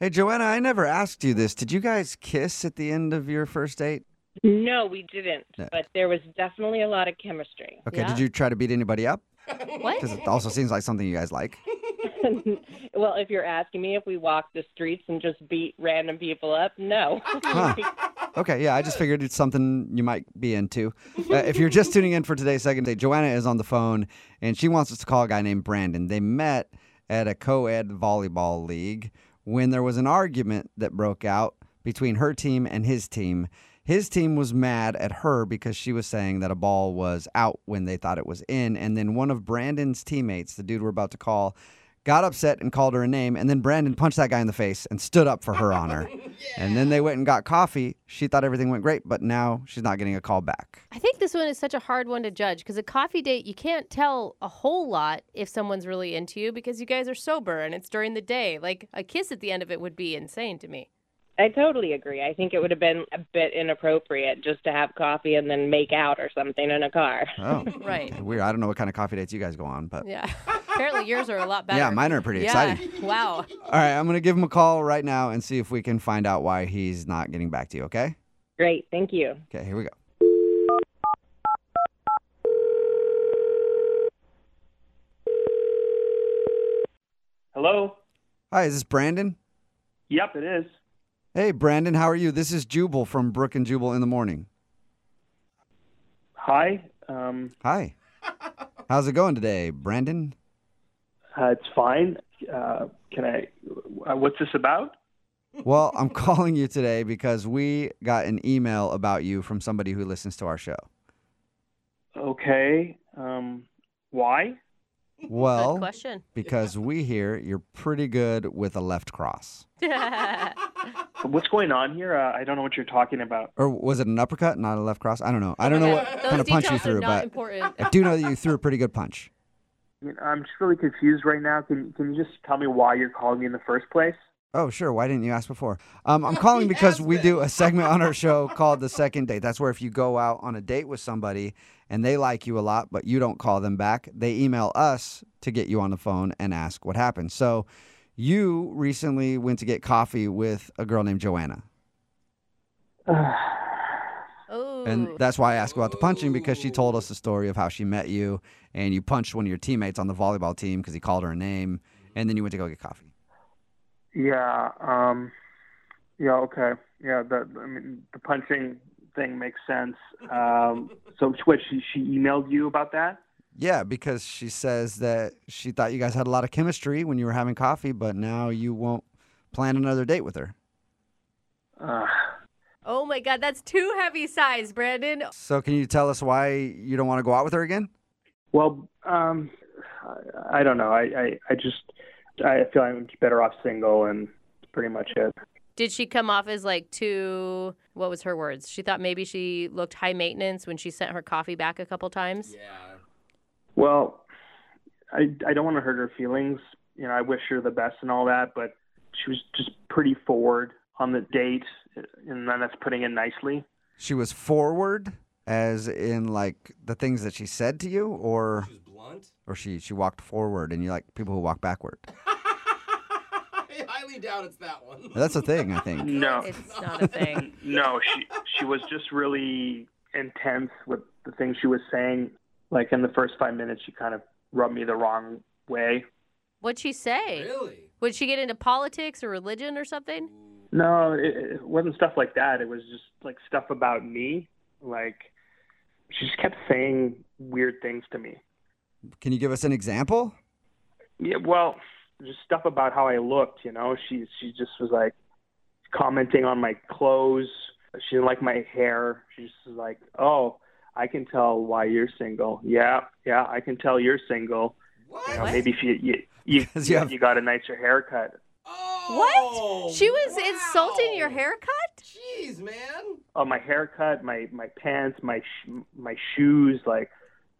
Hey, Joanna, I never asked you this. Did you guys kiss at the end of your first date? No, we didn't. No. But there was definitely a lot of chemistry. Okay, did you try to beat anybody up? What? Because it also seems like something you guys like. well, if you're asking me if we walked the streets and just beat random people up, no. Okay, yeah, I just figured it's something you might be into. Uh, if you're just tuning in for today's second date, Joanna is on the phone and she wants us to call a guy named Brandon. They met at a co ed volleyball league when there was an argument that broke out between her team and his team. His team was mad at her because she was saying that a ball was out when they thought it was in. And then one of Brandon's teammates, the dude we're about to call, got upset and called her a name. And then Brandon punched that guy in the face and stood up for her on her. And then they went and got coffee. She thought everything went great, but now she's not getting a call back. I think this one is such a hard one to judge because a coffee date, you can't tell a whole lot if someone's really into you because you guys are sober and it's during the day. Like a kiss at the end of it would be insane to me. I totally agree. I think it would have been a bit inappropriate just to have coffee and then make out or something in a car. Oh, Right. weird. I don't know what kind of coffee dates you guys go on, but Yeah. Apparently yours are a lot better. yeah, mine are pretty Yeah. exciting. Wow. All right, I'm going to give him a call right now and see if we can find out why he's not getting back to you, okay? Great. Thank you. Okay, here we go. Hello. Hi, is this Brandon? Yep, it is. Hey, Brandon, how are you? This is Jubal from Brook and Jubal in the Morning. Hi. Um, Hi. How's it going today, Brandon? uh, it's fine. Uh, can I? Uh, what's this about? Well, I'm calling you today because we got an email about you from somebody who listens to our show. Okay. Um, why? Well, Good question. because we hear you're pretty good with a left cross. What's going on here? Uh, I don't know what you're talking about. Or was it an uppercut, not a left cross? I don't know. I don't know what Those kind of punch you details are threw, not but important. I do know that you threw a pretty good punch. I mean, I'm just really confused right now. Can Can you just tell me why you're calling me in the first place? Oh, sure. Why didn't you ask before? Um, I'm calling because we do a segment on our show called The Second Date. That's where if you go out on a date with somebody and they like you a lot, but you don't call them back, they email us to get you on the phone and ask what happened. So you recently went to get coffee with a girl named Joanna. Oh. And that's why I asked about the punching because she told us the story of how she met you and you punched one of your teammates on the volleyball team because he called her a name and then you went to go get coffee. Yeah. Um, yeah. Okay. Yeah. The I mean, the punching thing makes sense. Um, so what? She She emailed you about that? Yeah, because she says that she thought you guys had a lot of chemistry when you were having coffee, but now you won't plan another date with her. Uh, Oh my God, that's two heavy sighs, Brandon. So can you tell us why you don't want to go out with her again? Well, um, I, I don't know. I, I, I just, I feel I'm better off single, and that's pretty much it. Did she come off as like too, what was her words? She thought maybe she looked high maintenance when she sent her coffee back a couple times. Well, I, I don't want to hurt her feelings. You know, I wish her the best and all that, but she was just pretty forward on the date, and then that's putting it nicely. She was forward as in like the things that she said to you or She was blunt. or she she walked forward and you like people who walk backward. I highly doubt it's that one. That's a thing, I think. No, It's not a thing. no, she, she was just really intense with the things she was saying. Like in the first five minutes, she kind of rubbed me the wrong way. What'd she say? really. Would she get into politics or religion or something? No, it, it wasn't stuff like that. It was just like stuff about me. Like she just kept saying weird things to me. Can you give us an example? Yeah, well, just stuff about how I looked. You know, she she just was like commenting on my clothes. She didn't like my hair. She just was like, "Oh, I can tell why you're single." Yeah, yeah, I can tell you're single. What? You know, maybe if you you you, Because you have- you got a nicer haircut. Oh, What? She was insulting your wow. haircut? Jeez, man. Oh, my haircut, my my pants, my sh- my shoes, like,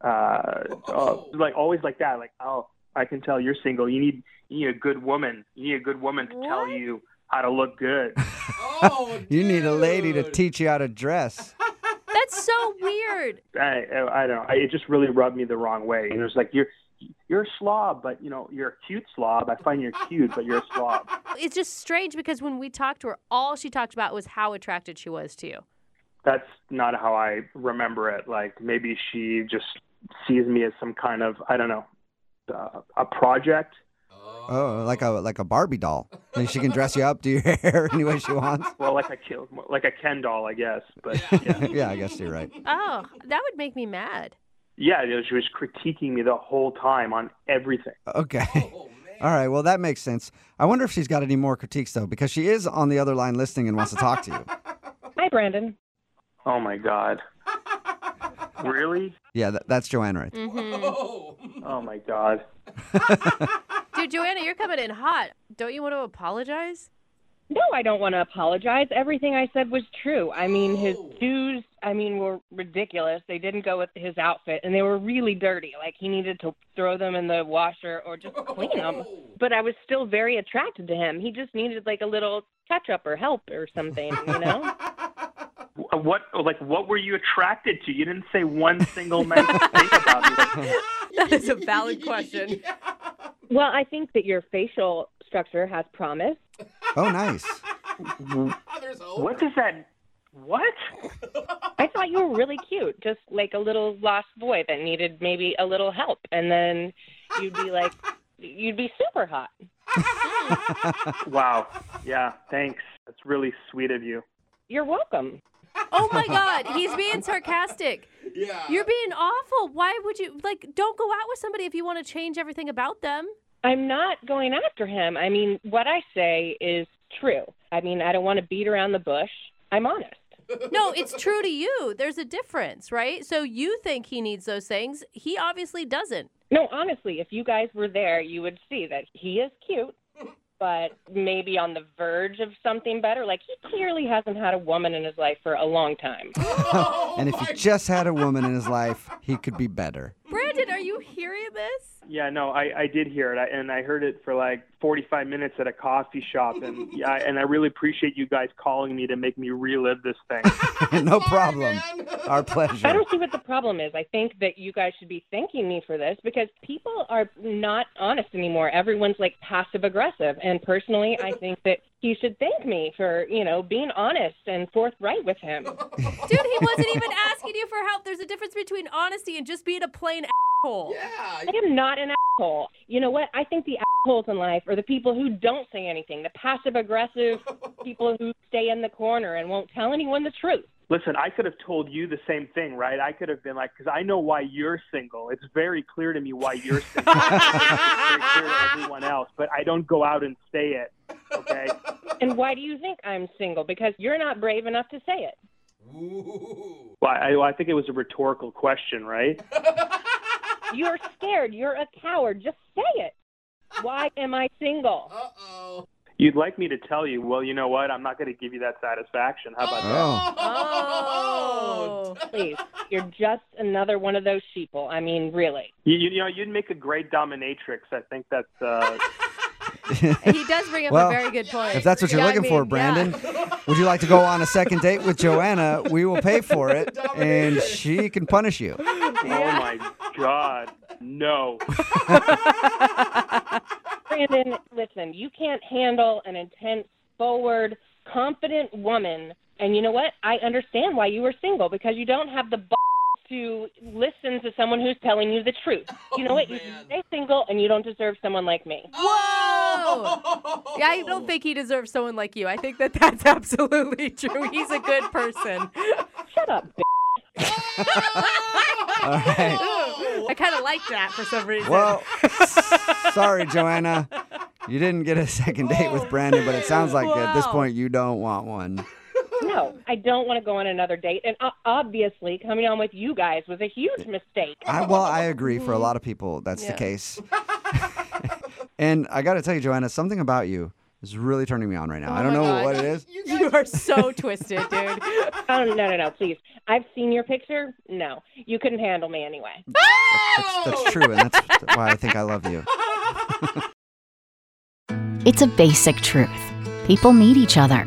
uh, oh, like always like that. Like, oh, I can tell you're single. You need you need a good woman. You need a good woman to tell What? you how to look good. Oh, You need a lady to dude. teach you how to dress. That's so weird. I I don't know. I, it just really rubbed me the wrong way. And it was like you're you're a slob, but you know you're a cute slob. I find you're cute, but you're a slob. It's just strange because when we talked to her, all she talked about was how attracted she was to you. That's not how I remember it. Like maybe she just sees me as some kind of I don't know uh, a project. Oh, like a like a Barbie doll. And she can dress you up, do your hair any way she wants. Well, like a kill, like a Ken doll, I guess. But yeah, yeah, I guess you're right. Oh, that would make me mad. yeah, you know, she was critiquing me the whole time on everything. Okay. Oh, man. All right. Well, that makes sense. I wonder if she's got any more critiques though, because she is on the other line listening and wants to talk to you. Hi, Brandon. Oh my god, really? Yeah, that, that's Joanna right. there. hmm Oh. Oh my god. Dude, Joanna, you're coming in hot. Don't you want to apologize? No, I don't want to apologize. Everything I said was true. I mean, his shoes, I mean, were ridiculous. They didn't go with his outfit, and they were really dirty. Like, he needed to throw them in the washer or just clean them. But I was still very attracted to him. He just needed, like, a little touch up or help or something, you know? Wh- What like what were you attracted to? You didn't say one single nice thing about me. Like, That is a valid question. well, I think that your facial structure has promise. Oh, nice. There's hope. What does that? What? I thought you were really cute, just like a little lost boy that needed maybe a little help. And then you'd be like, you'd be super hot. Wow. Yeah. Thanks. That's really sweet of you. You're welcome. Oh my God, he's being sarcastic. Yeah. You're being awful. Why would you, like, don't go out with somebody if you want to change everything about them? I'm not going after him. I mean, what I say is true. I mean, I don't want to beat around the bush. I'm honest. No, it's true to you. There's a difference, right? So you think he needs those things. He obviously doesn't. No, honestly, if you guys were there, you would see that he is cute, but maybe on the verge of something better. Like, he clearly hasn't had a woman in his life for a long time. Oh, And if he just had a woman in his life, he could be better. Brandon, are you hearing this? Yeah. No, I, I did hear it, I, and I heard it for like 45 minutes at a coffee shop, and yeah, I- and I really appreciate you guys calling me to make me relive this thing. no problem. Our I pleasure. don't see what the problem is. I think that you guys should be thanking me for this because people are not honest anymore. Everyone's like passive aggressive. And personally, I think that he should thank me for, you know, being honest and forthright with him. Dude, he wasn't even asking you for help. There's a difference between honesty and just being a plain asshole. Yeah. I am not an asshole. You know what? I think the assholes in life are the people who don't say anything, the passive aggressive people who stay in the corner and won't tell anyone the truth. Listen, I could have told you the same thing, right? I could have been like, because I know why you're single. It's very clear to me why you're single. it's very clear to everyone else, but I don't go out and say it. Okay. And why do you think I'm single? Because you're not brave enough to say it. Ooh. Well, I, I think it was a rhetorical question, right? You're scared. You're a coward. Just say it. Why am I single? Oh. Uh-oh. You'd like me to tell you, well, you know what? I'm not going to give you that satisfaction. How about that? Oh, Oh. Please, you're just another one of those sheeple. I mean, really. You, you, know, you'd make a great dominatrix. I think that's. Uh, He does bring up Well, a very good point. if that's what you're Yeah, I looking for, mean, Brandon, yeah. would you like to go on a second date with Joanna? We will pay for it, and she can punish you. Oh my God, no! Brandon, listen, you can't handle an intense, forward, confident woman. And you know what? I understand why you were single because you don't have the b- to listen to someone who's telling you the truth. You know what? You man. stay single and you don't deserve someone like me. Oh. Whoa! Yeah, I don't think he deserves someone like you. I think that that's absolutely true. He's a good person. Shut up. b- All right. I kind of like that for some reason. Well, sorry, Joanna. You didn't get a second date with Brandon, but it sounds like at this Wow. point you don't want one. No, I don't want to go on another date. And o- obviously, coming on with you guys was a huge mistake. I, well, I agree. For a lot of people, that's the Yeah. case. and I got to tell you, Joanna, something about you is really turning me on right now. I Oh don't my know God. what it is. You are so twisted, dude. Oh no, no, no, please. I've seen your picture. No, you couldn't handle me anyway. That's, that's true, and that's why I think I love you. It's a basic truth. People need each other.